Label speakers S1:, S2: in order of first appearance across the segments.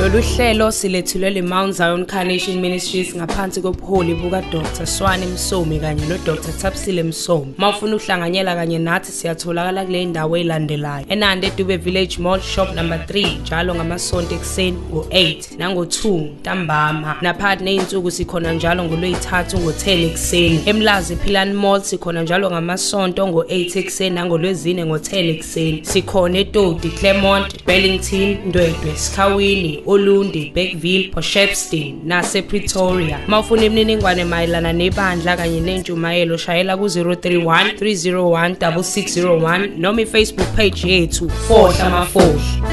S1: Lolu hlelo silethulwe leMount Zion Carnation Ministries ngaphansi kobuholi buka Dr. Swane Msomi kanye no Dr. Tapsile Msomi. Mawufuna uhlanganyela kanye nathi siyatholakala kule ndawo elandelayo. Enande Dube Village Mall Shop number 3 njalo ngamasonto ekuseni ngo8 nango2 ntambama. Naphakathi nezinsuku sikhona njalo ngolwesithathu ngo10 ekuseni. Emlazi Philani Mall sikhona njalo ngamasonto ngo8 ekuseni nangolwezine ngo10 ekuseni. Sikhona eTodi Claremont, Burlington, Ndwedwe, Skawini, Olundi, Beckville, Poshepston nase Pretoria. Mawufuna imininingwane mayelana nebandla kanye nentshumayelo shayela ku 031 301 6601 noma iFacebook page yethu Fohla Mafohla.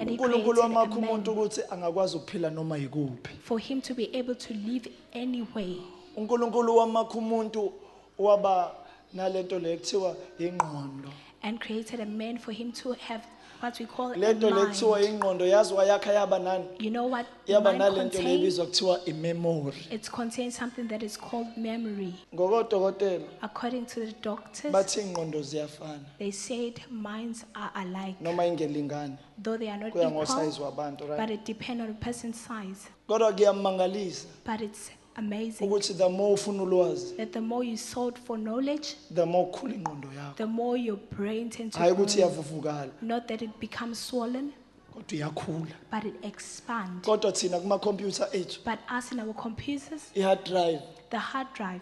S2: And he created a
S3: uNkulunkulu wamakha umuntu
S2: man
S3: ukuthi angakwazi ukuphila noma yikuphi.
S2: for him to be able to live anyway.
S3: uNkulunkulu wamakha umuntu waba nalento lekuthiwa ingqondo.
S2: And created a man for him to have what we call a
S3: Lento lekuthiwa
S2: mind.
S3: ingqondo yazi wayakha yaba nani?
S2: You know what
S3: Yaba
S2: mind
S3: nalento
S2: contains?
S3: lebizwa kuthiwa imemory.
S2: It contains something that is called memory.
S3: Ngokodokotela
S2: According to the doctors,
S3: bathi ingqondo ziyafana
S2: they said minds are alike,
S3: noma ingelingani
S2: though they are not
S3: kuya ngosayizi
S2: equal,
S3: wabantu
S2: but
S3: right?
S2: it depends on the person's size.
S3: Kodwa kuyamangalisa
S2: But it's amazing
S3: ukuthi the more ufuna ulwazi,
S2: that the more you sought for knowledge,
S3: the more ukhula ingqondo yakho.
S2: the more your brain tends
S3: Hayi
S2: to
S3: ukuthi
S2: grow.
S3: iyavuvukala
S2: Not that it becomes swollen,
S3: kodwa iyakhula.
S2: but it expands.
S3: Kodwa thina kuma computer ethu
S2: But us in our computers,
S3: i-hard drive
S2: the hard drive,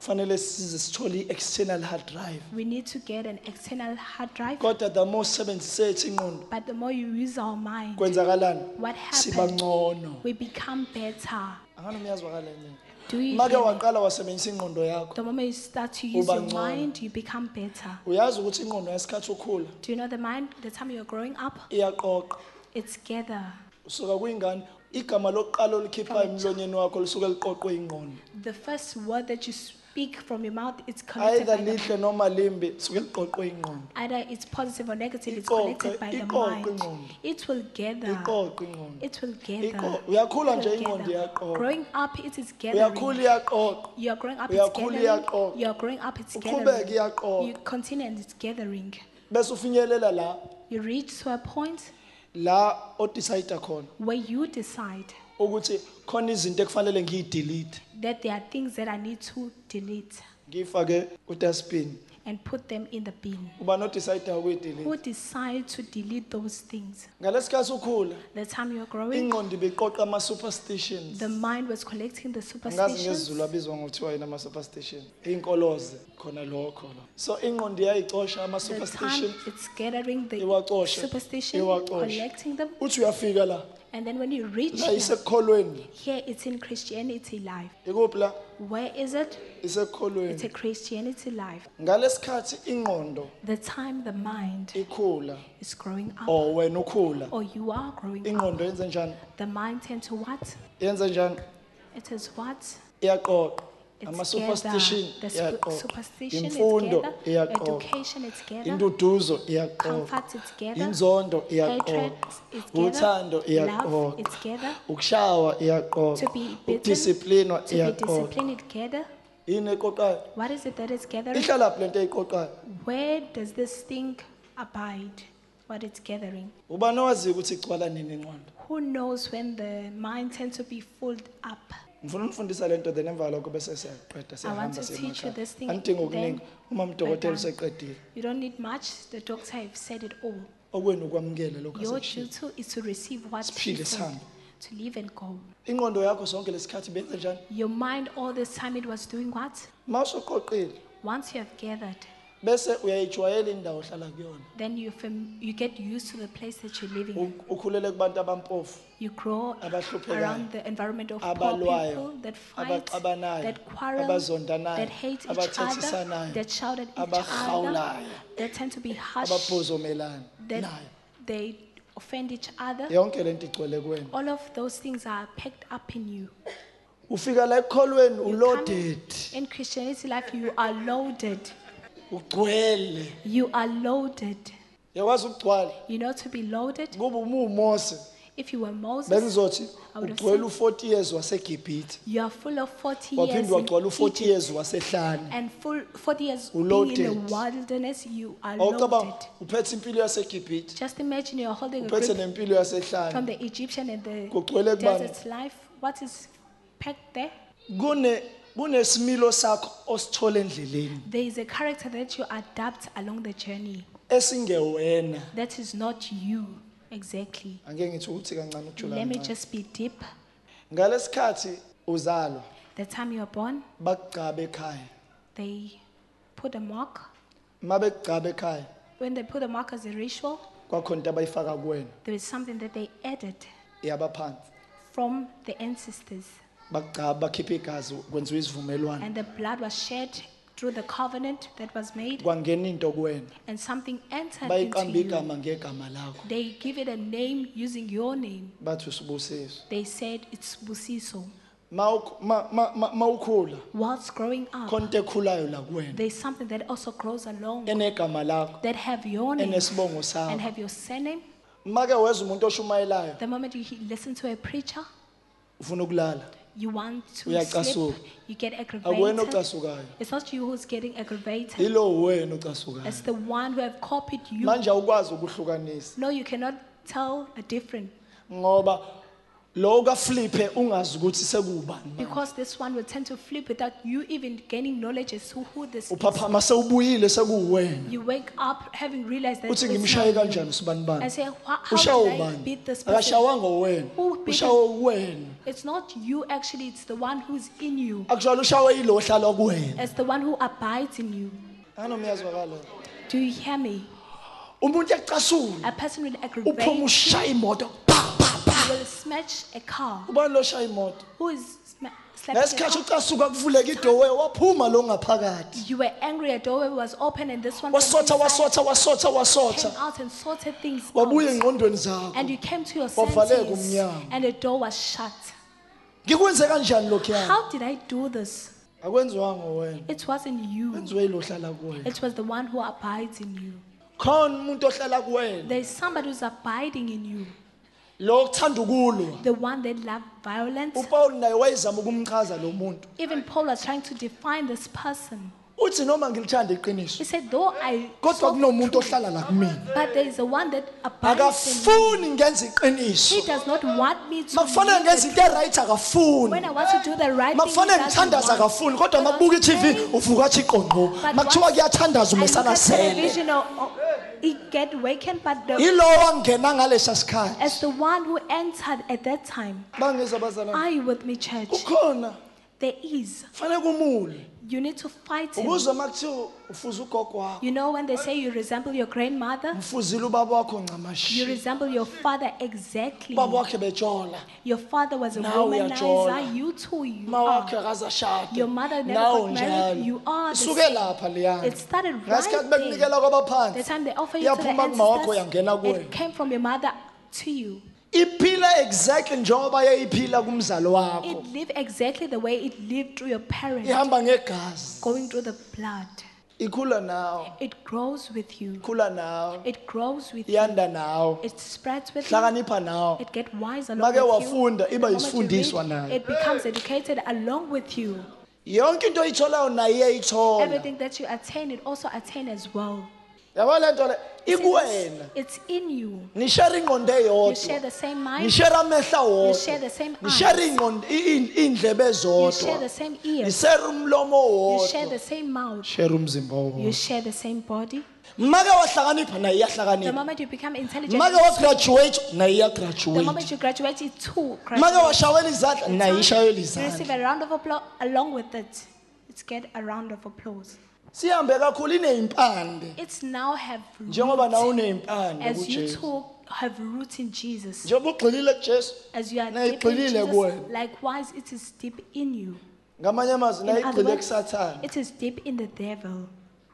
S3: kufanele size sithole i-external hard drive
S2: we need to get an external hard drive.
S3: kodwa the more sebenzise ethi ingqondo
S2: But the more you use our mind,
S3: kwenzakalani
S2: what
S3: siba
S2: happens?
S3: ngcono
S2: We become better.
S3: anganoma iyazwakala yini
S2: Do you
S3: make
S2: hear me?
S3: waqala wasebenzisa ingqondo yakho
S2: The moment you start to use
S3: Uba
S2: your
S3: ngcono.
S2: mind, you become better.
S3: uyazi ukuthi ingqondo yasikhathi ukhula
S2: Do you know the mind? The time you're growing up,
S3: iyaqoqa
S2: it's gather.
S3: usuka kuyingane igama lokuqala olikhiphayo emlonyeni wakho lisuke liqoqwe ingqondo
S2: The first word that you speak from your mouth is connected
S3: either
S2: by the
S3: lihle noma limbi suke liqoqwe ingqondo
S2: Either it's positive or negative, it's
S3: Iqoqe-
S2: connected by the
S3: iqoqe
S2: mind.
S3: ingqondo.
S2: It will gather.
S3: iqoqwe ingqondo
S2: It will gather.
S3: Iqo- uyakhula
S2: It
S3: nje
S2: will
S3: ingqondo
S2: gather.
S3: iyaqoqa
S2: Growing up, it is
S3: uyakhula
S2: gathering.
S3: iyaqoqa
S2: You are growing up, it's
S3: Uyakhula
S2: gathering.
S3: iyaqoqa.
S2: You are growing up, it's
S3: uqhubeke
S2: gathering.
S3: iyaqoqa
S2: You continue and it's gathering.
S3: bese ufinyelela la
S2: You reach to a point
S3: la odecide khona
S2: where you decide
S3: ukuthi khona izinto ekufanele ngiyidelete
S2: that there are things that I need to delete
S3: ngifake ku-dustbin
S2: and put them in the bin.
S3: uba nodecide
S2: Who
S3: ukuyidelete
S2: decide to delete those things?
S3: ngalesikhathi ukhula
S2: The time you're growing,
S3: ingqondo ibiqoqa ama-superstitions
S2: the mind was collecting the
S3: angazi
S2: superstitions.
S3: ngezulu abizwa ngokuthiwa yini ama-superstition iy'nkoloze khona lokho lo. so ingqondo iyayicosha
S2: The time
S3: ama-superstition
S2: it's gathering the
S3: Iwacoshe,
S2: superstition,
S3: iwacoshe.
S2: collecting them,
S3: uthi uyafika la
S2: and then when you reach
S3: la
S2: here,
S3: isekukholweni
S2: here it's in Christianity life.
S3: ikuphi la
S2: Where is it? It's a
S3: isekukholweni
S2: Christianity life.
S3: ngalesikhathi ingqondo
S2: The time the mind
S3: ikhula
S2: is growing up,
S3: or wena ukhula
S2: or you are growing up,
S3: ingqondo yenze njani
S2: the mind tends to what?
S3: yenze njani
S2: It is what?
S3: iyaqoqa
S2: It's
S3: ama-superstition
S2: gather. The sp-
S3: iyaqoqa
S2: superstition is
S3: imfundo
S2: gather.
S3: iyaqoqa
S2: Education is gather.
S3: induduzo iyaqoqa
S2: Comfort is gather.
S3: inzondo
S2: Hatred
S3: iyaqoqa
S2: is
S3: uthando
S2: gather. Love
S3: iyaqoqa
S2: is gather.
S3: ukushawa
S2: To
S3: iyaqoqa
S2: be
S3: ukudisciplinwa
S2: beaten, to be
S3: iyaqoqa
S2: disciplined, it gather.
S3: yini eqoqayo
S2: What is it that is gathering?
S3: ihlala phi lento eyiqoqayo
S2: Where does this thing abide? What it's gathering?
S3: ubani owaziyo ukuthi igcwala nini inqondo
S2: Who knows when the mind tends to be filled up?
S3: ngifuna unifundisa lento then emva kwalokho bese siyayiqeda
S2: want
S3: siyahamba
S2: to
S3: siye
S2: teach you this thing,
S3: emakhaya. anidingi okuningi
S2: then
S3: uma mdokotela
S2: we're done.
S3: useqedile
S2: You don't need much. The doctor have said it all.
S3: okwenu ukwamukela lokho
S2: Your
S3: asekushilo.
S2: duty is to receive what
S3: Siphile
S2: he said,
S3: sihambe.
S2: to leave and go.
S3: ingqondo yakho sonke lesikhathi benze njani
S2: Your mind all this time it was doing what?
S3: mawusoqoqile
S2: Once you have gathered,
S3: bese uyayijwayela indawo ohlala kuyona
S2: then you fam- you get used to the place that you're living in.
S3: U- ukhulele kubantu abampofu
S2: You grow
S3: Abahluphekayo.
S2: around the environment of poor
S3: Abalwayo.
S2: people that fight,
S3: Abaxabanayo.
S2: that quarrel,
S3: Abazondanayo.
S2: that hate each other,
S3: Abathethisanayo.
S2: that shout at each other,
S3: Abahawulayo.
S2: that tend to be harsh,
S3: ababhozomelana
S2: that
S3: nayo
S2: they offend each other.
S3: yonke lento igcwele kuwena
S2: All of those things are packed up in you.
S3: ufika la ekholweni
S2: You
S3: uloaded
S2: come In Christianity life, you are loaded.
S3: ugcwele
S2: You are loaded.
S3: uyakwazi ukugcwala
S2: You know, to be loaded,
S3: kuba uma uwumose
S2: If you were Moses,
S3: bengizothi
S2: Awulo-
S3: ugcwele u40 years waseGibhithe
S2: you are full of 40 years.
S3: waphinde
S2: in
S3: wagcwala u40
S2: Egypt,
S3: years wasehlane
S2: And full 40 years being in the
S3: Uloaded.
S2: wilderness, you are
S3: awucabanga
S2: loaded.
S3: uphethe impilo yaseGibhithe
S2: Just imagine you're holding a
S3: uphethe
S2: grip
S3: nempilo
S2: from
S3: yasehlane
S2: the Egyptian and the
S3: Kugcwele kubani?
S2: desert life. What is packed there?
S3: kune kunesimilo sakho osithole endleleni
S2: There is a character that you adapt along the journey.
S3: esingewena
S2: That is not you exactly.
S3: angeke ngithi ukuthi kancane ukujula
S2: Let me
S3: kancane.
S2: just be deep.
S3: ngalesikhathi uzalwa
S2: The time you are born,
S3: bakugcaba ekhaya
S2: they put a mark.
S3: mabekugcaba ekhaya
S2: When they put a mark as a ritual,
S3: kwakhona into abayifaka kuwena
S2: there is something that they added
S3: yabaphansi
S2: from the ancestors,
S3: bakugcaba bakhipha igazi kwenziwa isivumelwano
S2: and the blood was shed through the covenant that was made,
S3: kwangena into kuwena
S2: and something entered
S3: bayiqamba
S2: into you.
S3: igama ngegama lakho
S2: They give it a name using your name.
S3: bathi usibusiswe
S2: They said it's Busiso.
S3: Mawuk- ma- ma- ma- mawukhula
S2: What's growing up?
S3: khona into ekhulayo la kuwena
S2: There's something that also grows along
S3: enegama lakho
S2: that have your name
S3: enesibongo
S2: and
S3: sakho
S2: have your surname.
S3: make weza umuntu oshumayelayo
S2: The moment you he- listen to a preacher,
S3: ufuna ukulala
S2: you want to
S3: Uyacasuka.
S2: sleep, you get
S3: akuwena
S2: aggravated.
S3: ocasukayo
S2: It's not you who's getting aggravated.
S3: yilo wena ocasukayo
S2: It's the one who have copied you.
S3: manje awukwazi ukuhlukanisa
S2: No, you cannot tell a different
S3: ngoba lo kafliphe ungazi ukuthi sekubani manje.
S2: because this one will tend to flip without you even gaining knowledge as to who this is.
S3: uphaphama sewubuyile sekuwena
S2: You wake up having realized that
S3: uthi
S2: it's
S3: ngimshaye
S2: not you.
S3: kanjani usibani bani
S2: and say, "Wha- how
S3: ushawe
S2: did I
S3: ubani
S2: beat this person?
S3: akashawanga wena
S2: Who beat
S3: ushawe wena
S2: It's not you actually, it's the one who's in you.
S3: akushwala ushawe yilo ohlala kuwena
S2: It's the one who abides in you.
S3: anomyazwakalo
S2: Do you hear me?
S3: umuntu ecasula
S2: A person will
S3: uphuma
S2: aggravate,
S3: ushaye imoto pa, pa, pa.
S2: will smash a car.
S3: ubani lo shaya imoto
S2: Who is sma- slapping a
S3: ngesikhathi
S2: car?
S3: ucasuka kuvuleka idowe waphuma lo ngaphakathi
S2: You were angry, a doorway was open, and this one from
S3: wasotha
S2: inside
S3: wasotha wasotha
S2: came
S3: wasotha
S2: out and sorted things
S3: wabuya
S2: out.
S3: engqondweni zakho
S2: And you came to your
S3: Wavaleka
S2: senses,
S3: umnyango.
S2: and the door was shut.
S3: ngikwenze kanjani lokhuya
S2: How did I do this?
S3: akwenziwa ngowena
S2: It wasn't you.
S3: kwenziwe yilo ohlala kuwena
S2: It was the one who abides in you.
S3: khona umuntu ohlala kuwena
S2: There is somebody who's abiding in you.
S3: lo othanda ukulwa
S2: The one that loved violence.
S3: uPaul naye wayezama ukumchaza lo muntu
S2: Even Paul was trying to define this person.
S3: uthi noma ngilithanda
S2: He
S3: iqiniso
S2: said, though I
S3: kodwa
S2: sought
S3: kunomuntu
S2: truth,
S3: ohlala la kumina
S2: but there is the one that abides in me.
S3: akafuni ngenza iqiniso
S2: He does not want me to
S3: makufanele
S2: live
S3: ngenza into e-right
S2: When
S3: akafuni
S2: I want to do the right thing,
S3: makufanele
S2: he doesn't
S3: ngithandaze
S2: want.
S3: akafuni kodwa
S2: But
S3: makubuka
S2: on days
S3: i-tv uvuka athi iqonqo
S2: But
S3: makuthiwa
S2: once
S3: kuyathanda
S2: I look
S3: umesana
S2: at
S3: sele
S2: television, or, or, it get wakened, but the,
S3: yilo wangena ngalesa sikhathi
S2: as the one who entered at that time,
S3: bangeza abazalwane
S2: are you with me, church?
S3: kukhona
S2: There is.
S3: kufanele kumule
S2: You need to fight it.
S3: ukuzwa makuthiwa ufuze ugogo wakho
S2: You know when they say you resemble your grandmother,
S3: mfuzile ubaba wakho
S2: you
S3: ncamashi
S2: resemble your father exactly.
S3: ubaba wakhe betshola
S2: Your father was a
S3: Now we are
S2: womanizer. You too, you
S3: ma
S2: are.
S3: wakhe akazashada
S2: Ah. Your mother never
S3: nawo
S2: got married. You are the
S3: isuke
S2: same.
S3: lapha
S2: It
S3: leyana
S2: started
S3: ngesikhathi
S2: right there.
S3: bekunikela
S2: The
S3: kwabaphansi
S2: time they offer you to the
S3: iyaphuma kuma wakho yangena
S2: ancestors,
S3: kuwena
S2: it came from your mother to you.
S3: iphila exactly njengoba yayiphila kumzalo wakho
S2: It lived exactly the way it lived through your parents,
S3: Oh. ihamba ngegazi
S2: going through the blood.
S3: ikhula nawe
S2: It grows with you.
S3: ikhula nawe
S2: It grows with you.
S3: iyanda nawe
S2: It spreads with you.
S3: hlakanipha nawe
S2: It get wise along
S3: make
S2: with you.
S3: wafunda iba
S2: The moment you read,
S3: yisifundiswa nayo
S2: It becomes educated along with you.
S3: yonke into oyitholayo nayo iyayithola
S2: Everything that you attain, it also attain as well.
S3: yabo le nto le ikuwena
S2: It's, it's in you.
S3: nishare ingqondo
S2: You share
S3: eyodwa
S2: the same mind.
S3: nishare amehla
S2: You share the
S3: wodwa
S2: same
S3: nishare
S2: eyes.
S3: ingqondo iy'ndlebe
S2: You share
S3: zodwa
S2: the same ears.
S3: nishare umlomo
S2: You share
S3: wodwa
S2: the same mouth.
S3: share umzimba
S2: You
S3: wodwa
S2: share the same body.
S3: make wahlakanipha naye
S2: The
S3: iyahlakanipha
S2: moment you become intelligent,
S3: make wagraduate naye
S2: the
S3: iyagraduate
S2: moment you graduate, it too
S3: make
S2: graduates.
S3: washawela izandla naye ishayela
S2: You receive
S3: izandla
S2: a round of applause along with it. It's get a round of applause.
S3: sihambe kakhulu ineyimpande
S2: It's now have
S3: njengoba nawe
S2: root.
S3: uneyimpande
S2: As you
S3: kujesu
S2: too have root in Jesus.
S3: njengoba ugxilile kujesu
S2: As you are
S3: Nayo
S2: deep in
S3: igxilile
S2: Jesus,
S3: kuwena.
S2: likewise it is deep in you.
S3: ngamanye amazwi naye
S2: In other
S3: igxile
S2: words,
S3: kusathane
S2: it is deep in the devil.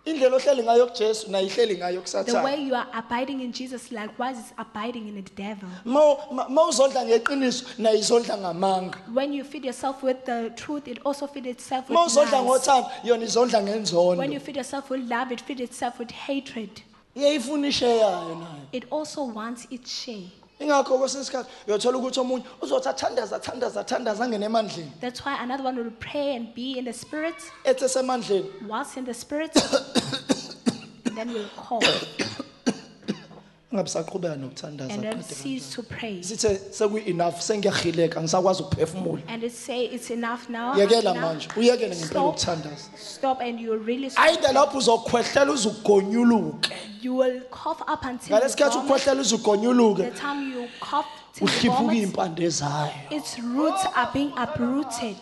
S3: indlela ohleli ngayo kujesu naye ihleli ngayo
S2: The way
S3: kusathane
S2: you are abiding in Jesus, likewise is abiding in the devil.
S3: Ma- ma ma uzondla ngeqiniso naye izondla ngamanga
S2: When you feed yourself with the truth, it also feeds itself with
S3: ma uzondla
S2: lies.
S3: ngothando yona izondla
S2: When you
S3: ngenzondo
S2: feed yourself with love, it feeds itself with hatred.
S3: iyayifuna isheyayo nayo
S2: It also wants its share.
S3: ingakho kwesinye isikhathi uyothola ukuthi omunye uzothi athandaza athandaza athandaza angene emandleni
S2: That's why another one will pray and be in the spirit,
S3: ethi esemandleni
S2: whilst in the spirit, and then will call
S3: angabisaqhubeka
S2: and
S3: nokuthandaza
S2: then
S3: aqede
S2: cease to pray.
S3: sithe sekuyi-enough sengiyahileka angisakwazi ukuphefumula
S2: And it say it's enough now. I'm
S3: yekela
S2: enough.
S3: manje uyekele ngempela
S2: Stop.
S3: ukuthandaza
S2: Stop and you really stop.
S3: ayide lapho uzokhwehlela uze ugonyuluke
S2: You will cough up until
S3: ngale
S2: you
S3: sikhathi
S2: vomit.
S3: ukhwehlela uze ugonyuluke
S2: the time you cough till you
S3: uhliphuka
S2: vomit,
S3: iy'mpande zayo
S2: its roots are being uprooted.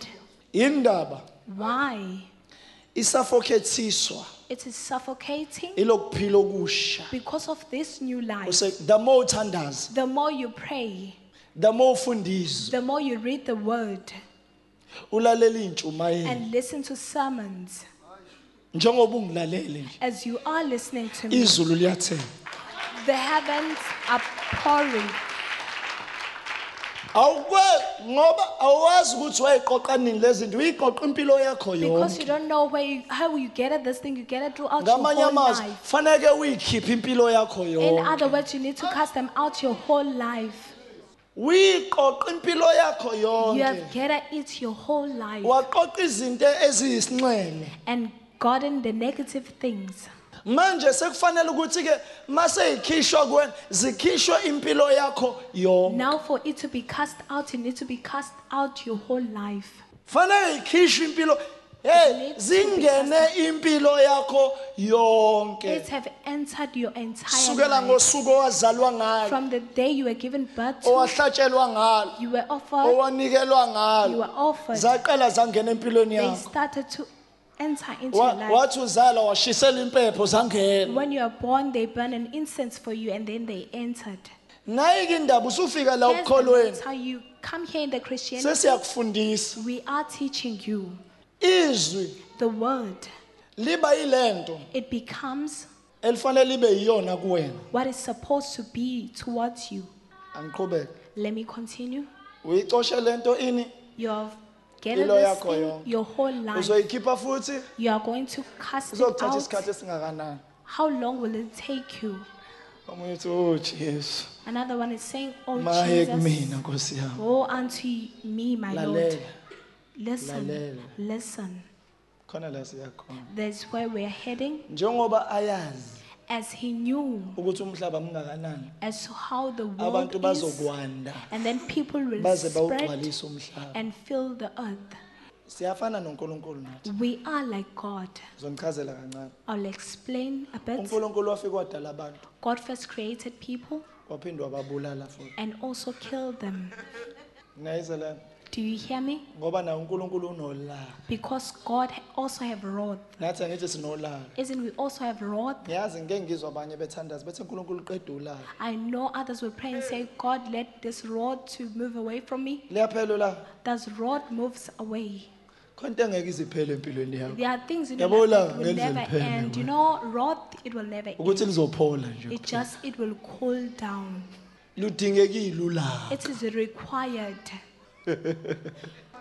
S3: indaba
S2: Why?
S3: isafokhethsiswa
S2: It is suffocating
S3: ilokuphila okusha
S2: because of this new life.
S3: Use- the more uthandaza
S2: The more you pray,
S3: the more ufundiswe
S2: the more you read the word
S3: ulalela iy'ntshumayelo
S2: and listen to sermons.
S3: njengoba ungilalele nje
S2: As you are listening to me,
S3: izulu liyathela
S2: the heavens are pouring.
S3: awukwe ngoba awazi ukuthi wayiqoqa nini lezi zinto uyiqoqa impilo yakho
S2: Because you
S3: yonke
S2: don't know where you, how you get at this thing, you get it throughout your
S3: ngamanye
S2: whole
S3: amazwi
S2: life.
S3: faneke uyikhiphe impilo yakho
S2: In
S3: yonke
S2: other words, you need to cast them out your whole life.
S3: uyiqoqa impilo yakho
S2: You
S3: yonke
S2: have gathered it your whole life
S3: waqoqa izinto eziyisinxele
S2: and gotten the negative things.
S3: manje sekufanele ukuthi-ke maseyikhishwa kuwena zikhishwe impilo yakho yonke
S2: Now, for it to be cast out, you need to be cast out your whole life.
S3: fanele yikhishwe impilo hey zingene impilo yakho
S2: It
S3: yonke
S2: have entered your entire
S3: sukela
S2: life.
S3: ngosuku owazalwa ngalo
S2: From the day you were given birth to,
S3: owahlatshelwa ngalo
S2: you were offered,
S3: owanikelwa
S2: you were
S3: ngalo
S2: offered.
S3: zaqala zangena empilweni
S2: They
S3: yakho
S2: started to enter into your
S3: Wa-
S2: life.
S3: wathi uzala washisela impepho zangena
S2: When you are born, they burn an incense for you and then they entered.
S3: nayike indaba usufika la
S2: Here's the-
S3: ukukholweni
S2: That's how you come here in the Christianity.
S3: sesiyakufundisa
S2: We are teaching you
S3: izwi
S2: the word.
S3: liba yilento
S2: It becomes
S3: elifanele libe yiyona kuwena
S2: what is supposed to be towards you.
S3: angiqhubeke
S2: Let me continue.
S3: uyicoshe lento ini
S2: You have gathered
S3: Impilo
S2: this
S3: yakho
S2: thing
S3: yonke.
S2: your whole life.
S3: uzoyikhipha futhi
S2: You are going to cast it
S3: izokuthatha
S2: out.
S3: isikhathi esingakanani
S2: How long will it take you?
S3: omunye uthi o oh, jesu
S2: Another one is saying, Oh
S3: maye kumina
S2: Jesus,
S3: nkosi yami
S2: go unto me, my Lord.
S3: lalela
S2: Listen,
S3: Lalela.
S2: listen.
S3: khona la siyakhona
S2: That's where we're heading.
S3: njengoba ayazi
S2: As he knew
S3: ukuthi umhlaba mngakanani
S2: as to how the
S3: abantu
S2: world is,
S3: bazokwanda
S2: and then people will
S3: baze
S2: spread
S3: bawugcwalise umhlaba
S2: and fill the earth.
S3: siyafana nonkulunkulu nathi
S2: We are like God.
S3: ngizonichazela kancane
S2: I'll explain a bit.
S3: unkulunkulu wafika wadala abantu
S2: God first created people
S3: waphinde wababulala futhi
S2: and also killed them.
S3: ngayizela
S2: Do you hear me?
S3: ngoba naye unkulunkulu unolaka
S2: Because God ha- also have wrath.
S3: nathi angithi sinolaka
S2: Isn't we also have wrath?
S3: ngiyazi ngike ngizwa abanye bethandaza bethi unkulunkulu uqeda ulaka
S2: I know others will pray and say, God, let this rod to move away from me.
S3: liyaphela ulaka
S2: That rod moves away.
S3: khona into engeke iziphele empilweni yakho
S2: There are things in your
S3: Yabo
S2: life that
S3: la,
S2: will
S3: ngenze
S2: never
S3: liphele
S2: end. You
S3: wena.
S2: know, wrath, it will never end.
S3: ukuthi lizophola nje
S2: It just, it will cool down.
S3: ludingekile ulaka
S2: It is required.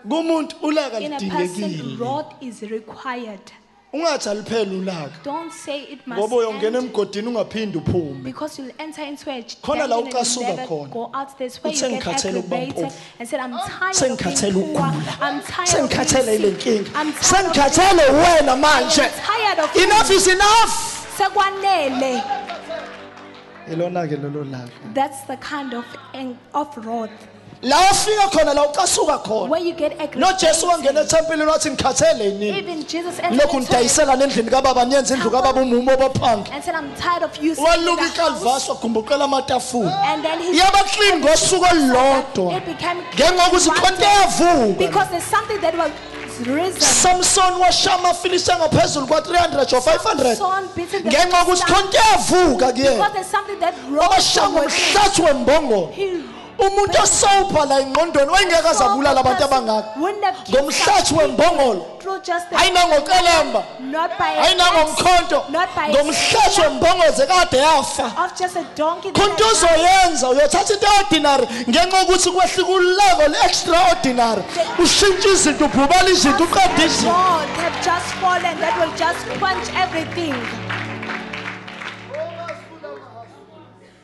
S3: kumuntu ulaka
S2: In a person,
S3: ludingekile
S2: wrath is required.
S3: ungathi aliphele ulaka
S2: Don't say it must
S3: ngoba uyongena
S2: end
S3: emgodini ungaphinde uphume
S2: because you'll enter into a
S3: Khona la
S2: dungeon and you'll
S3: ucasuka
S2: never
S3: khona.
S2: go out. There's where you
S3: Uthi
S2: get
S3: "Sengikhathele ukuba
S2: aggravated
S3: mpofu.
S2: and said, I'm tired of
S3: Sengikhathele
S2: being poor.
S3: ukugula.
S2: I'm tired of being
S3: sengikhathele ile
S2: sick.
S3: nkinga
S2: I'm tired of
S3: sengikhathele wena manje
S2: I'm tired of
S3: enough is enough
S2: Sekwanele.
S3: ilona-ke lolo laka
S2: That's the kind of ang- of wrath
S3: la ofika khona la ucasuka khona
S2: where you get aggravated.
S3: nojesu wangena ethempelini wathi ngikhathele nini
S2: Even Jesus entered
S3: lokhu
S2: into it
S3: ngidayisela nendlini kababa niyenza indlu kababa umumo obaphange
S2: and said, I'm tired of you. sitting in
S3: waluka
S2: the house."
S3: ikalvasi wagumbuqela amatafula
S2: And then he
S3: yabaklini ngosuku olulodwa
S2: It became
S3: uh, ngengokuthi khonto eyavuka
S2: because there's something that was risen.
S3: samson washaya amafilisa ngaphezulu kwa-300 or 500
S2: Son beaten the
S3: ngenxa yokuthi
S2: sun.
S3: khonto eyavuka
S2: Because
S3: kuyena
S2: there's something that rose
S3: wabashaya
S2: from within.
S3: ngomhlathi wembongolo
S2: He-
S3: umuntu osowubha la engqondweni wayengeke azabulala abantu abangako
S2: Wouldn't have killed
S3: ngomhlathi
S2: such
S3: wembongolo
S2: people through just the-
S3: hayi nangoqelemba
S2: not by
S3: hayi
S2: an axe,
S3: nangomkhonto
S2: not by a
S3: ngomhlathi
S2: spear
S3: wembongoze kade yafa
S2: of just a donkey that
S3: khonto
S2: had died.
S3: uzoyenza uyothatha into ordinary ngenxa yokuthi kwehlika ulevel extraordinary ushintshe izinto ubhubala izinto
S2: Just
S3: uqeda
S2: a
S3: izinto
S2: rod have just fallen that will just quench everything.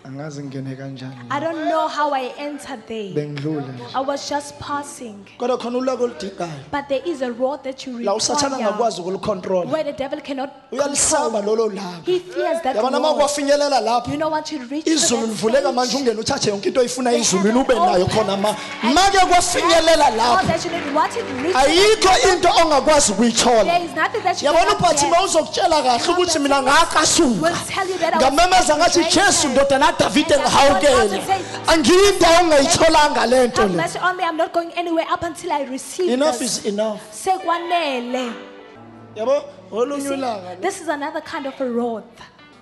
S3: angazi ngene kanjani
S2: I don't know how I entered there.
S3: bengidlula nje
S2: I was just passing.
S3: kodwa khona ulaka oludingayo
S2: But there is a road that you
S3: la usathana
S2: require
S3: angakwazi ukulicontrola
S2: where the devil cannot.
S3: uyalisaba lolo laka
S2: He fears that
S3: yabona uma
S2: road.
S3: kwafinyelela lapho
S2: You know what you reach to
S3: izulu
S2: that
S3: livuleka
S2: stage?
S3: manje ungena uthathe yonke into oyifunayo
S2: They have
S3: ezulwini ube
S2: an
S3: nayo
S2: open
S3: khona ma
S2: and-
S3: make kwafinyelela
S2: All
S3: lapho
S2: that you need, what it reaches-
S3: ayikho into ongakwazi
S2: There
S3: ukuyithola
S2: is nothing that you
S3: yabona
S2: cannot
S3: ubhathi
S2: get.
S3: uzokutshela kahle ukuthi mina
S2: Will
S3: ngakasuka
S2: tell you that I was
S3: ngamemeza ngathi
S2: separated.
S3: jesu ndoda nadavide ngihawukele angiyi ndawo ongayitholanga le nto
S2: Have
S3: le
S2: mercy on me. I'm not going anywhere up until I receive
S3: enough
S2: this.
S3: is enough
S2: Sekwanele.
S3: yabo olunye
S2: See,
S3: ulanga lo.
S2: This is another kind of a road.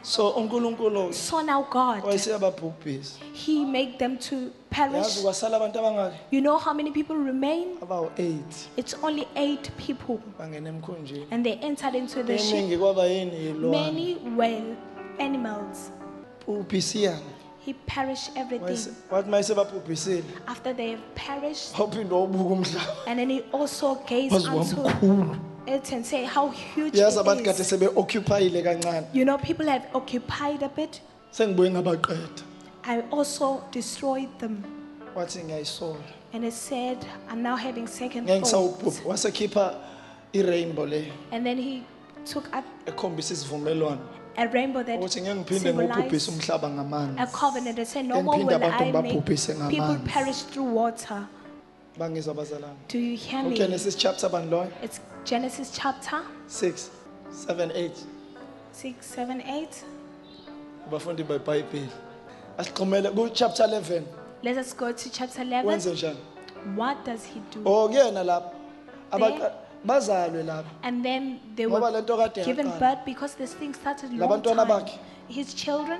S3: so unkulunkulu
S2: So now God,
S3: wayeseyababhubhisa
S2: He make them to
S3: yazi
S2: perish.
S3: kwasala abantu abangaki
S2: You know how many people remain?
S3: abawu-eight
S2: It's only eight people,
S3: bangena emkhunjini
S2: and they entered into the ship.
S3: eningi kwaba yini yilwana
S2: Many were animals.
S3: ubhubhisiyana
S2: He perished everything.
S3: wathi mayesebabhubhisile
S2: After they have perished,
S3: wawuphinde wawubuka umhlaba
S2: and then He also gazed
S3: wazi
S2: unto
S3: wamkhulu
S2: it and said, "How huge
S3: yazi abantu
S2: it
S3: kade
S2: is."
S3: sebe-occupyile kancane
S2: You know, people have occupied a bit.
S3: sengibuye ngabaqeda
S2: I also destroyed them.
S3: wathi ngiyayisola
S2: And it said, I'm now having second
S3: ngeke
S2: thoughts.
S3: ngisawubhubha wasekhipha i-rainbow leyo
S2: And then he took up
S3: ekhombisa isivumelwano
S2: a rainbow that
S3: ukuthi ngeke ngiphinde ngubhubhise
S2: symbolized
S3: umhlaba
S2: a
S3: ngamanzi
S2: covenant that said, No more
S3: Ngiphinde
S2: will I
S3: abantu
S2: make
S3: ngibabhubhise
S2: people
S3: ngamanzi."
S2: perish through water.
S3: bangizwa abazalana
S2: Do you hear me?
S3: ugenesis chapter bani loyo
S2: It's Genesis chapter
S3: 6 7 8
S2: 6, 7, 8.
S3: abafundi bebhayibheli asixhumele ku-chapter 11
S2: Let us go to chapter
S3: wenze
S2: 11.
S3: Oh. njani
S2: What does he do?
S3: o kuyena lapho
S2: Eh?
S3: Abaqa- bazalwe lapho
S2: And then they
S3: Ngoba
S2: were
S3: lento kade
S2: given
S3: yaqala.
S2: birth because this thing started
S3: La
S2: long
S3: bantwana
S2: time.
S3: bakhe.
S2: His children,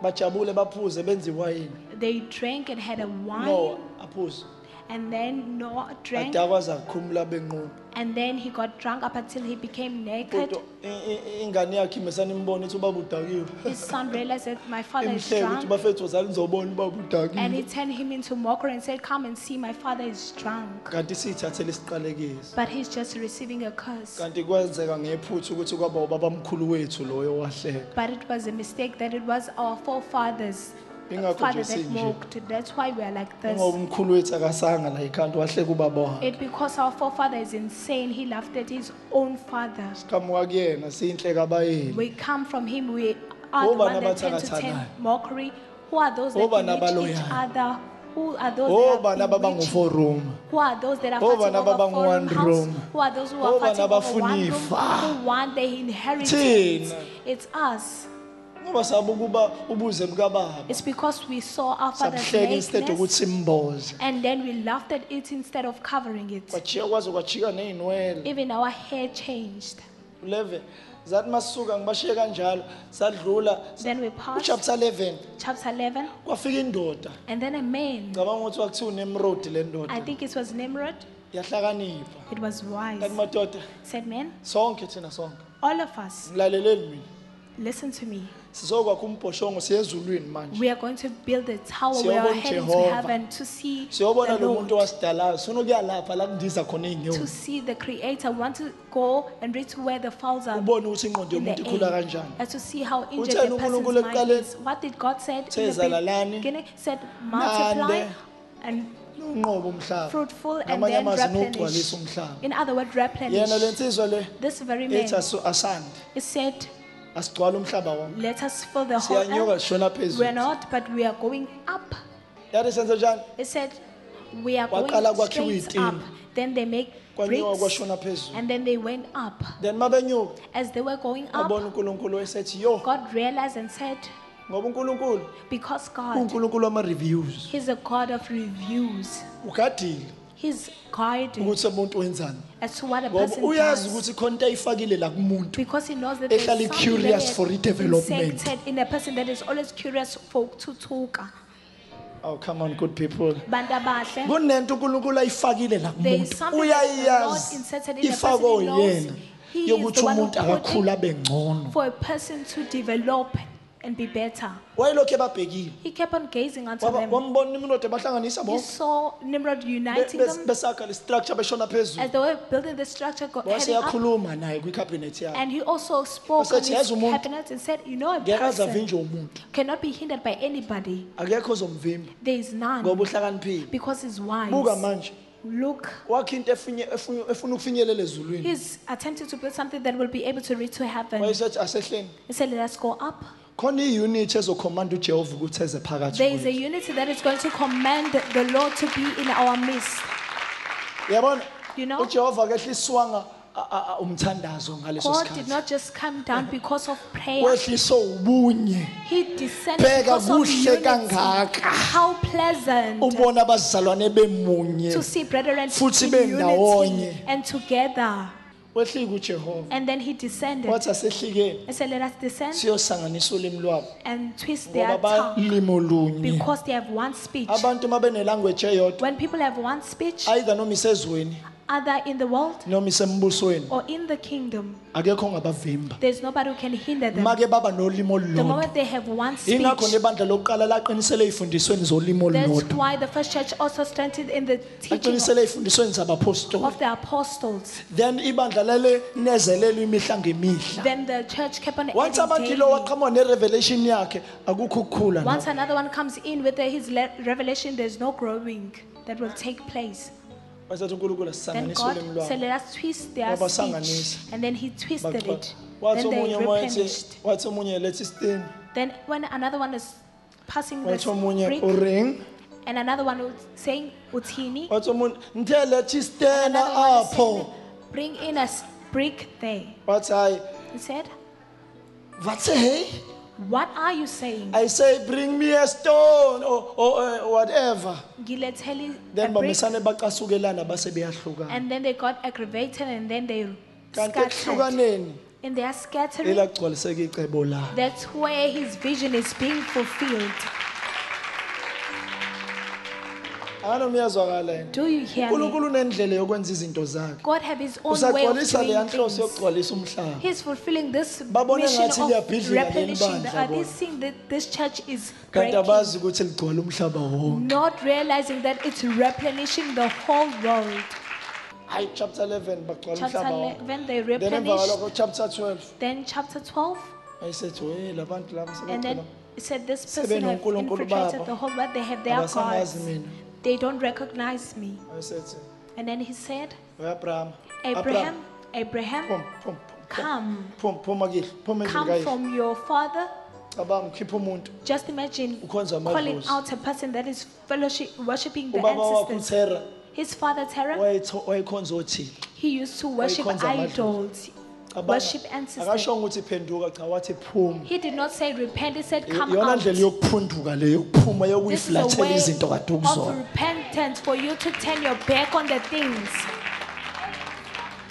S3: bajabule baphuze benze iwayini
S2: they drank and had a wine.
S3: no aphuze
S2: And then Noah drank,
S3: adakwaza kukhumula benqunu
S2: and then he got drunk up until he became naked.
S3: kodwa i- i- ingane yakhe imesane imbona ithi ubaba udakiwe
S2: His son realized that my father is
S3: imhleke ukuthi
S2: drunk,
S3: bafethu ozali nizobona ubaba
S2: and he
S3: udakiwe
S2: turned him into mockery and said, "Come and see, my father is drunk."
S3: kanti siyithathele isiqalekiso
S2: But he's just receiving a curse.
S3: kanti kwenzeka ngephutha ukuthi kwaba ubaba mkhulu wethu loyo wahleka
S2: But it was a mistake that it was our forefathers,
S3: Ingakho
S2: father
S3: nje
S2: that
S3: sinje.
S2: mocked. That's why we are like this.
S3: ngoba umkhulu wethu akasanga la ekhanda wahleka ubaba wakhe
S2: It because our forefather is insane. He laughed at his own father.
S3: qhamuka kuyena siyinhleka abayeni
S2: We come from him. We are the
S3: Woba
S2: one that tend to
S3: nabathakathanayo.
S2: tend mockery. Who are those that
S3: Woba
S2: bewitch each
S3: nabaloyayo.
S2: other? Who are
S3: Oh,
S2: those that
S3: obani
S2: are bewitching?
S3: ababangu-four room
S2: Who are those that are
S3: Woba
S2: fighting over
S3: nababangu one
S2: foreign house?
S3: room.
S2: Who are those who are
S3: Woba
S2: fighting over one room?
S3: nabafunifa.
S2: Who want their inheritance?
S3: Thina.
S2: It's us.
S3: ngoba sabe ukuba ubuze mkababa
S2: It's because we saw our father's
S3: sabuhleka instead
S2: nakedness
S3: ukuthi simboze
S2: and then we laughed at it instead of covering it.
S3: kwajika kwaze kwajika ney'nwele
S2: Even our hair changed.
S3: 11 zathi masisuka ngibashiye kanjalo sadlula
S2: Then we passed
S3: uchapter 11
S2: chapter 11
S3: kwafika indoda
S2: and then a man.
S3: ngicabanga ukuthi kwakuthiwa unemrodi le
S2: I
S3: ndoda
S2: think it was Nimrod.
S3: yahlakanipha
S2: It was
S3: kanti
S2: wise.
S3: madoda
S2: Said, man,
S3: sonke thina sonke
S2: all of us,
S3: ngilaleleni mina
S2: listen to me.
S3: sizokwakho umbhoshongo siye ezulwini manje
S2: We are going to build a tower
S3: Siyobona
S2: where our heading to
S3: uJehova.
S2: heaven to see
S3: siyobona
S2: the
S3: lo muntu
S2: Lord,
S3: owasidalayo sifuna ukuya lapha la kundiza khona
S2: to
S3: iy'nyosi
S2: see the Creator. We want to go and reach where the fowls are
S3: ubone ukuthi ingqondo
S2: in the
S3: yomuntu ikhula
S2: air,
S3: kanjani
S2: and to see how injured
S3: Utheni
S2: a person's
S3: uNkulunkulu
S2: mind is. What did God said in
S3: Theza
S2: the
S3: lalani,
S2: beginning? Said multiply
S3: nande,
S2: and
S3: unqobo umhlaba
S2: fruitful and
S3: ngamanye
S2: then
S3: amazwi
S2: replenish.
S3: nowugcwalisa umhlaba
S2: In other words,
S3: yena le
S2: replenish.
S3: nsizwa le
S2: This very man
S3: ethi asu- asandi
S2: it said,
S3: asigcwale umhlaba wonke
S2: let us fill the whole
S3: siyanyuka
S2: earth.
S3: sishona
S2: We are
S3: phezulu
S2: not, but we are going up.
S3: yathi senze njani
S2: It said, we are
S3: Kwaqala
S2: going
S3: kwakhiwa
S2: straight
S3: itina.
S2: up. Then they make
S3: kwanyuka
S2: bricks,
S3: kwashona phezulu
S2: and then they went up.
S3: then uma benyuka
S2: As they were going up,
S3: abona unkulunkulu esethi yo
S2: God realized and said,
S3: ngoba unkulunkulu
S2: because God,
S3: unkulunkulu wama-reviews
S2: He's a God of reviews.
S3: ugadile
S2: He's guiding
S3: ukuthi umuntu wenzani
S2: as to what a
S3: ngoba
S2: person
S3: uyazi
S2: does.
S3: ukuthi khona into ayifakile la kumuntu
S2: Because he knows that there's
S3: Ehlala
S2: something
S3: curious
S2: that
S3: for
S2: is
S3: redevelopment.
S2: injected in a person that is always curious for tutuka.
S3: oh come on good people
S2: Bandabahle.
S3: kunento unkulunkulu ayifakile la
S2: There is
S3: kumuntu
S2: something that the Lord
S3: uyayazi
S2: inserted in the
S3: ifake
S2: person he knows.
S3: oyena
S2: He is
S3: yokuthi
S2: the one who
S3: umuntu
S2: put
S3: akakhulu
S2: it
S3: abe ngcono
S2: for a person to develop and be better.
S3: wayelokhu ebabhekile
S2: He kept on gazing unto
S3: Waba-
S2: them.
S3: wambona nimrod ebahlanganisa
S2: He
S3: bonke
S2: saw Nimrod
S3: Be-
S2: uniting
S3: bes-
S2: them
S3: besakha le structure beshona phezulu
S2: as they were building the structure. go- heading up.
S3: waseyakhuluma naye kwikhabhinethi yakhe
S2: And he also spoke on
S3: Wasethi,
S2: his
S3: "Yazi umuntu,
S2: cabinet and said, You know, a
S3: ngeke
S2: person
S3: azavinje umuntu
S2: cannot be hindered by anybody.
S3: akekho ozomvimba
S2: There is none
S3: ngoba uhlakaniphile
S2: because he's
S3: buka
S2: wise.
S3: manje
S2: Look,
S3: wakha into efinye- efu- efuna ukufinyelela ezulwini
S2: he's attempting to build something that will be able to reach to heaven.
S3: wayesethi asehleni
S2: He said, Let us go up.
S3: khona iyunithi ezokhomanda ujehova ukuthi eze phakathi
S2: There is a
S3: kwethu.
S2: unity that is going to command the Lord to be in our midst.
S3: uyabona
S2: You know?
S3: ujehova kehliswanga a- a- a- umthandazo ngaleso
S2: God did
S3: sikhathi
S2: not just come down because of prayer.
S3: wehliswe ubunye
S2: He descended
S3: bheka
S2: because of
S3: kuhle
S2: unity.
S3: kangaka
S2: How pleasant
S3: ubona abazalwane bemunye
S2: to see brethren
S3: Futhi
S2: in unity
S3: bendawonye.
S2: and together.
S3: wehlike ujehova
S2: And then he descended
S3: wathi asehlikeni
S2: and said, Let us descend
S3: siyosanganisa ulimi lwabo
S2: and twist
S3: ngoba
S2: their tongue
S3: balimi olunye
S2: because they have one speech.
S3: abantu uma benelanguage eyodwa
S2: When people have one speech,
S3: either noma isezweni
S2: either in the world
S3: noma isembusweni
S2: or in the kingdom,
S3: akekho ongabavimba
S2: there's nobody who can hinder them.
S3: make baba nolimo
S2: The
S3: olulodwa
S2: moment they have one speech,
S3: ingakho nebandla lokuqala laqinisele ey'fundisweni zolimo
S2: that's
S3: olulodwa
S2: why the first church also strengthened in the teaching of-
S3: laqinisele ey'fundisweni zabapostoli
S2: of the apostles.
S3: then ibandla lale nezelelwa imihla ngemihla
S2: Then the church kept on
S3: once
S2: adding
S3: abakilo
S2: daily.
S3: waqhamuka ne-revelation yakhe akukho ukukhula
S2: Once
S3: nabo.
S2: another one comes in with his le- revelation, there's no growing that will take place.
S3: wasethi unkulunkulu
S2: Then
S3: asisanganisa
S2: God
S3: ulimi
S2: said,
S3: lwabo
S2: let us twist their speech.
S3: Wabasanganisa.
S2: And then he twisted
S3: Bakuxoxa.
S2: it.
S3: wathi
S2: Then they
S3: omunye wathi-
S2: replenished.
S3: wathi omunye lethi istin
S2: Then when another one is passing this
S3: wathi omunye
S2: brick,
S3: uring
S2: and another one is saying utini,
S3: wathi omunye nithe lethi istena
S2: another one is saying,
S3: apho
S2: bring in a s- brick there.
S3: wathi hhayi
S2: He said,
S3: vathi hey
S2: what are you saying?
S3: i say bring me a stone or, or uh, whatever
S2: Ngilethele a
S3: then
S2: brick.
S3: bamisane bacasukelana base beyahlukana
S2: And then they got aggravated and then they
S3: kanti
S2: scattered.
S3: ekuhlukaneni
S2: In their scattering,
S3: elagcwaliseka icebo layo
S2: that's where his vision is being fulfilled.
S3: akanomyazwakala yena
S2: Do you hear me?
S3: unkulunkulu unendlela yokwenza izinto zakhe
S2: God have his own way of
S3: usagcwalisa leya
S2: doing
S3: nhloso
S2: things.
S3: yokugcwalisa umhlaba
S2: He's fulfilling this
S3: Babona
S2: mission
S3: ngathi
S2: of
S3: liyabhidlika leli
S2: replenishing.
S3: bandla
S2: Are they
S3: bona.
S2: seeing that this church is
S3: kanti
S2: breaking?
S3: abazi ukuthi ligcwala umhlaba wonke
S2: Not realizing that it's replenishing the whole world.
S3: hayi chapter 11 bagcwala
S2: Chapter
S3: umhlaba wonke
S2: 11, they
S3: then emva
S2: replenished.
S3: kwalokho chapter 12
S2: Then chapter 12,
S3: ayisethi we labantu laba
S2: and then
S3: sebegcwala
S2: it said this
S3: Sebe
S2: person have
S3: noNkulunkulu
S2: infiltrated
S3: babo.
S2: the whole world. They have their
S3: abasamazi
S2: gods.
S3: mina
S2: They don't recognize me.
S3: ayisethi
S2: And then he said,
S3: uyabrahama
S2: Abraham, Abraham,
S3: phum phum
S2: come,
S3: phum phuma kile phuma endlini
S2: come
S3: kayile
S2: from your father.
S3: cabanga ukhipha umuntu
S2: Just imagine
S3: Ukhonza amadlozi.
S2: calling out a person that is fellowship, worshiping the
S3: ubaba wakho
S2: ancestors.
S3: uthera
S2: His father Terah,
S3: wayetho- wayekhonza othini
S2: he used to worship
S3: wayekhonza
S2: idols,
S3: amadlozi. Cabanga,
S2: worship ancestors.
S3: akashongo ukuthi phenduka cha wathi phuma
S2: He did not say repent, he said come
S3: iyona
S2: out.
S3: ndlela yokuphunduka leyo yokuphuma
S2: This is a
S3: yokuyifulathela
S2: way
S3: izinto kade
S2: of
S3: ukuzona
S2: repentance for you to turn your back on the things.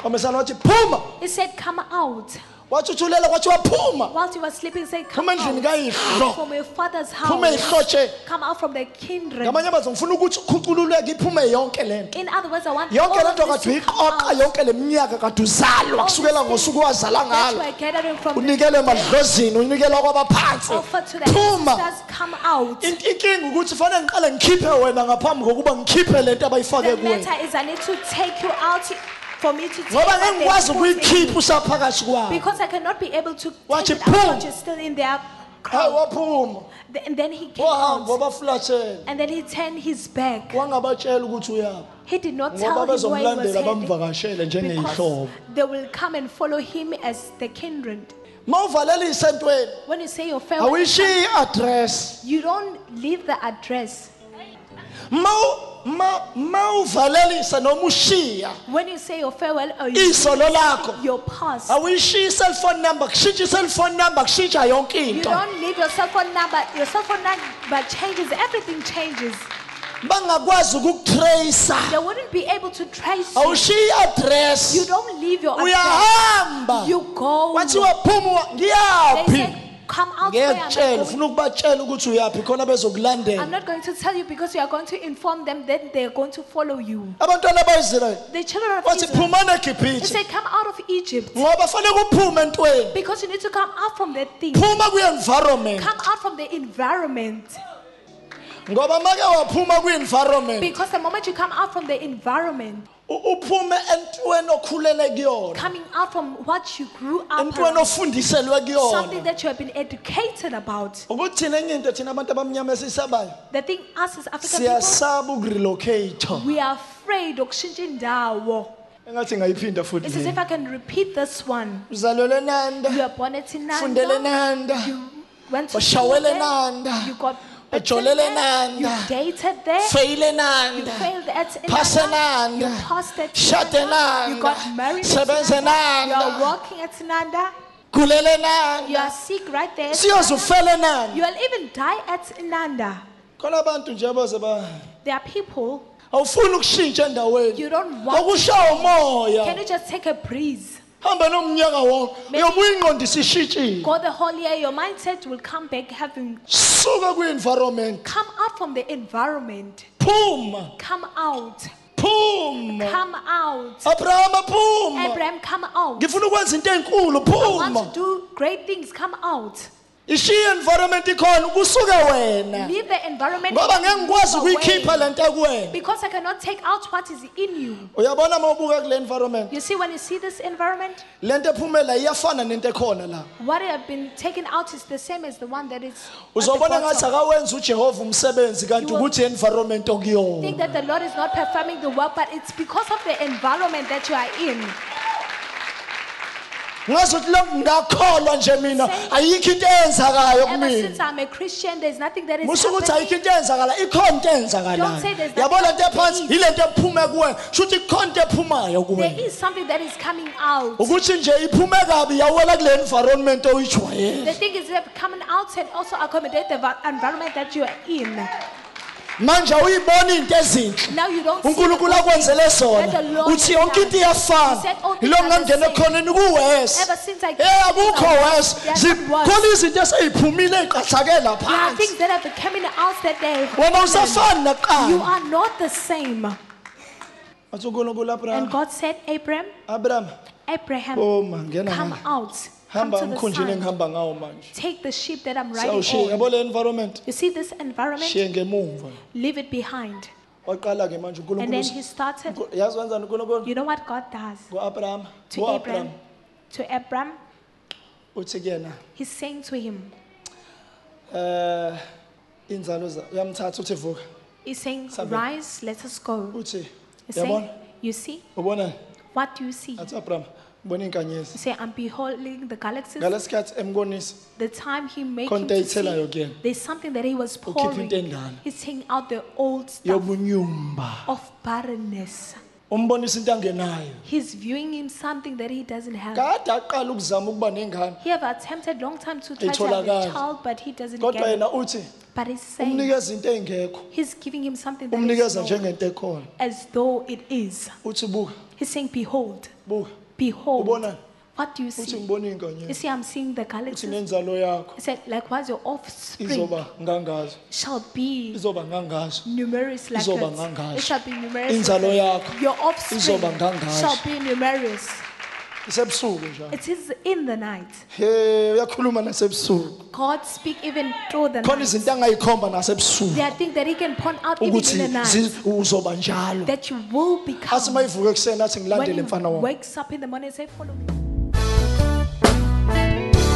S3: kwamesana wathi phuma
S2: He said come out.
S3: wathuthulela kwathi waphuma
S2: Whilst you were sleeping, he said come
S3: phuma endlini
S2: out
S3: kayihlo
S2: from your father's
S3: phuma
S2: house.
S3: yihlotshe
S2: Come out from the kindred.
S3: ngamanye amazwi ngifuna ukuthi khucululeke iphume yonke le nto
S2: In other words, I want
S3: yonke
S2: all
S3: le nto
S2: of
S3: kade
S2: Oh, this Oh, to come
S3: uyiqoqa
S2: out.
S3: yonke le minyaka kade uzalwa kusukela ngosuku owazala
S2: That
S3: ngalo
S2: you are gathering from the
S3: unikele emadlozini unikelwa kwabaphansi
S2: offer to the
S3: phuma
S2: ancestors, come out.
S3: In- inkinga ukuthi fanele ngiqale ngikhiphe wena ngaphambi kokuba ngikhiphe le nto abayifake
S2: The
S3: kuwena
S2: matter is I need to take you out for me to take
S3: ngoba
S2: what they
S3: ngengikwazi
S2: put in
S3: ukuyikhipha
S2: you.
S3: usaphakathi kwabo
S2: Because I cannot be able to
S3: Wathi,
S2: take it out
S3: "Phuma."
S2: while you're still in their
S3: hayi
S2: crowd.
S3: waphuma
S2: The- And then he came
S3: wahamba
S2: out.
S3: wabafulathela
S2: And then he turned his back.
S3: wangabatshela ukuthi uyapha
S2: He did not
S3: ngoba
S2: tell him where he was
S3: bezomlandela
S2: heading.
S3: bamvakashele njengeyihlobo
S2: Because they will come and follow him as the kindred.
S3: ma uvalelise entweni
S2: When you say your farewell,
S3: awuyishiyi i-adresi
S2: you don't leave the address.
S3: ma u- ma- ma uvalelise noma ushiya
S2: When you say your farewell or you
S3: isono lakho
S2: your past,
S3: awuyishiyi i-cellphone number kushintsha i-cellphone number kushintsha yonke
S2: you
S3: into
S2: don't leave your cell phone number. Your cell phone number changes. Everything changes.
S3: bangakwazi ukukutrace
S2: They wouldn't be able to trace you.
S3: awushiyi
S2: You
S3: i-adresi
S2: don't leave your address.
S3: uyahamba
S2: You go.
S3: wathiwa phuma
S2: They
S3: ngiyaphi
S2: said, come out where I'm
S3: ngiyakutshela
S2: going.
S3: ufuna ukubatshela ukuthi uyaphi khona
S2: I'm
S3: bezokulandela
S2: not going to tell you because you are going to inform them that they are going to follow you.
S3: abantwana baIsrayeli
S2: The children of
S3: bathi
S2: Israel,
S3: phumana
S2: they
S3: eGibhithe
S2: say, come out of Egypt
S3: ngoba fanele kuphume entweni
S2: because you need to come out from that thing.
S3: phuma kwi-environment
S2: Come out from the environment
S3: ngoba make waphuma kwi-environment
S2: because the moment you come out from the environment,
S3: u- uphume entweni okhulele kuyona
S2: coming out from what you grew up
S3: entweni
S2: around,
S3: ofundiselwe
S2: something
S3: kuyona
S2: that you have been educated about.
S3: ukuthi thina enye into thina abantu abamnyama esiyisabayo
S2: The thing us as African people,
S3: siyasaba ukurelocata
S2: we are afraid of changing dawo.
S3: engathi ngayiphinda futhi
S2: It's as if
S3: mina.
S2: I can repeat this one.
S3: uzalelwe nanda
S2: You are born at
S3: fundele
S2: Inanda,
S3: nanda
S2: went to school
S3: washawele
S2: there,
S3: nanda
S2: you got bitten
S3: ujolele
S2: there, you
S3: nanda
S2: dated there,
S3: feyile
S2: you
S3: nanda
S2: failed at
S3: phase
S2: Inanda, you
S3: nanda
S2: passed at
S3: shade
S2: Inanda, you
S3: nanda
S2: got married at
S3: sebenze
S2: Inanda, you are
S3: nanda
S2: working at Inanda,
S3: gulele
S2: you
S3: nanda
S2: are sick right there. at
S3: siyoze
S2: Inanda,
S3: ufele nanda
S2: You will even die at Inanda.
S3: khona abantu nje abaze ba
S2: There are people,
S3: awufuni ukushintsha
S2: you
S3: endaweni
S2: don't want.
S3: okushawa
S2: Can you
S3: umoya
S2: just take a breeze?
S3: hamba nomnyaka wonke
S2: Maybe-
S3: uyobuya ingqondisi ishitshile
S2: Go the whole year, your mindset will come back having
S3: suka kwi-environment
S2: come out from the environment.
S3: phuma
S2: Come out.
S3: phuma
S2: Come out.
S3: abrahama phuma
S2: Abraham, come out.
S3: ngifuna ukwenza into enkulu
S2: I want
S3: phuma
S2: to do great things. Come out.
S3: ishiye i-environment ikhona kusuke wena
S2: Leave the environment.
S3: ngoba
S2: and
S3: ngeke ngikwazi
S2: move away.
S3: ukuyikhipha le nto ekuwena
S2: Because I cannot take out what is in you.
S3: uyabona uma ubuka kule environment
S2: You see, when you see this environment,
S3: le nto ephumela iyafana nento ekhona la
S2: what have been taken out is the same as the one that is. at the
S3: uzobona ngathi
S2: bottom.
S3: akawenzi ujehova umsebenzi kanti
S2: You will-
S3: ukuthi i-environment
S2: think
S3: okuyona
S2: that the Lord is not performing the work, but it's because of the environment that you are in.
S3: ngazi ukuthi lo ngakholwa nje mina
S2: Say-
S3: ayikho into eyenzakayo
S2: Ever since
S3: kumina
S2: I'm a Christian, there's nothing that is
S3: musukuthi ayikho
S2: happening.
S3: into eyenzakala ikhona into
S2: Don't say there's
S3: eyenzakalayo
S2: nothing
S3: yabo le nto
S2: else to
S3: ephansi
S2: eat.
S3: yile nto ephume kuwena sho ukuthi ikhona into ephumayo kuwena
S2: There is something that is coming out.
S3: ukuthi nje iphume kabi yawela kule environment oyijwayele
S2: The thing is that coming out and also accommodate the va- environment that you are in.
S3: manje awuyiboni into ezinhle
S2: Now you don't see the
S3: unkulunkulu
S2: good
S3: akwenzele
S2: things
S3: sona
S2: that the Lord
S3: uthi
S2: has
S3: yonke
S2: done.
S3: into
S2: He said
S3: iyafana
S2: all things
S3: yiloo
S2: are
S3: ngangena
S2: the same.
S3: ekhoneni kuwese
S2: Ever since I
S3: e akukho
S2: out,
S3: wese
S2: there are some words.
S3: zikhona izinto eseyiphumile ey'qathakela
S2: There are
S3: phansi
S2: things that are coming out that they
S3: wena usafani
S2: You
S3: nakuqala
S2: are not the same.
S3: athi unkulunkulu
S2: And
S3: abraham
S2: God said, Abraham,
S3: abraham
S2: Abraham,
S3: oma ngena
S2: come
S3: ngala.
S2: out. Come
S3: Oh, hamba
S2: to the
S3: ngikhunjini
S2: side.
S3: engihamba ngawo manje
S2: Take the sheep that I'm
S3: siyawushiya
S2: riding on.
S3: yabo le environment
S2: You see this environment?
S3: shiye ngemuva
S2: Leave it behind.
S3: waqala-ke manje
S2: And then he
S3: unkulunkulu
S2: started.
S3: yazi wenzani unkulunkulu
S2: You know what God does
S3: ku-abraham
S2: to Abraham? To Abraham,
S3: uthi kuyena
S2: he's saying to him,
S3: um inzalo za- uyamthatha uthi vuka
S2: he's saying,
S3: Something.
S2: rise, let us go.
S3: uthi
S2: He's saying,
S3: yabona
S2: you see,
S3: ubona
S2: what do you see? You
S3: athi abraham ngibona iy'nkanyezi
S2: say, I'm beholding the galaxies.
S3: ngale sikhathi emkonisi
S2: The time he made
S3: Khona
S2: him
S3: into
S2: to
S3: ayithelayo
S2: see,
S3: kuyena.
S2: there's something that he was
S3: Ukhipha
S2: pouring.
S3: into endala.
S2: He's taking out the old stuff
S3: yobunyumba
S2: of barrenness.
S3: umbonisa into angenayo
S2: He's viewing him something that he doesn't have.
S3: kade aqala ukuzama ukuba nengane
S2: He have attempted long time to try to have
S3: Ayitholakali.
S2: a child, but he doesn't
S3: kodwa
S2: get it.
S3: yena uthi
S2: But he's saying
S3: umnikeza into engekho
S2: he's giving him something that is
S3: umnikeza
S2: not
S3: njengento ekhona
S2: as though it is.
S3: uthi buka
S2: He's saying, Behold,
S3: buka
S2: behold.
S3: Ubona?
S2: What do you
S3: uthi
S2: see?
S3: ngibona
S2: You
S3: iy'nkanyezi
S2: see, I'm seeing the
S3: uthi
S2: galaxies.
S3: nenzalo yakho
S2: He said, Likewise, your offspring
S3: izoba ngangazo
S2: shall be
S3: izoba ngangazo
S2: numerous like
S3: Izoba
S2: it.
S3: ngangazo.
S2: It shall be numerous.
S3: Inzalo
S2: like it.
S3: yakho
S2: Your
S3: izoba
S2: offspring
S3: ngangazo.
S2: shall be numerous.
S3: isebusuku njalo
S2: It is in the night.
S3: he uyakhuluma nasebusuku
S2: God speak even through the
S3: khona
S2: night.
S3: izinto angayikhomba nasebusuku
S2: There are things that He can point out even
S3: ukuthi
S2: in the night
S3: zi- uzoba njalo
S2: that you will
S3: athi uma
S2: become.
S3: ivuke ekuseni athi
S2: When
S3: ngilandele
S2: he
S3: mfana wami
S2: wakes up in the morning, say, Follow me.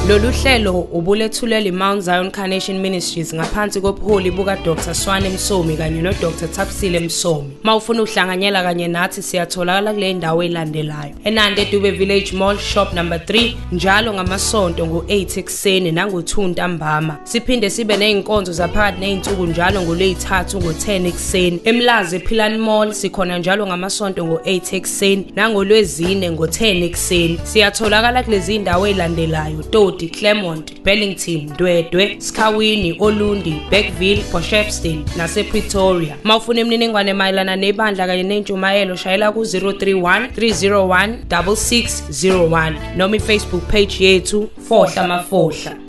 S1: Lolu hlelo ubulethulwe liMount Zion Carnation Ministries ngaphansi kobuholi buka Dr Swane Msomi kanye no Dr Thapsile Msomi. Mawufuna uhlanganyela kanye nathi siyatholakala kule ndawo elandelayo. Enande Dube Village Mall shop number 3 njalo ngamasonto ngo8 ekuseni nango2 ntambama. Siphinde sibe nezinkonzo zaphakathi nezinsuku njalo ngolwesithathu ngo10 ekuseni. Emlazi Philani Mall sikhona njalo ngamasonto ngo8 ekuseni nangolwezine ngo10 ekuseni. Siyatholakala kulezi ndawo ezilandelayo Todi, Claremont, Burlington, Dwedwe, Skawini, Olundi, Bergville, Poshepston nasePretoria. Mawufuna imininingwane mayelana nebandla kanye nentshumayelo shayela ku-031 301 6601 noma iFacebook page yethu Fohla Mafohla.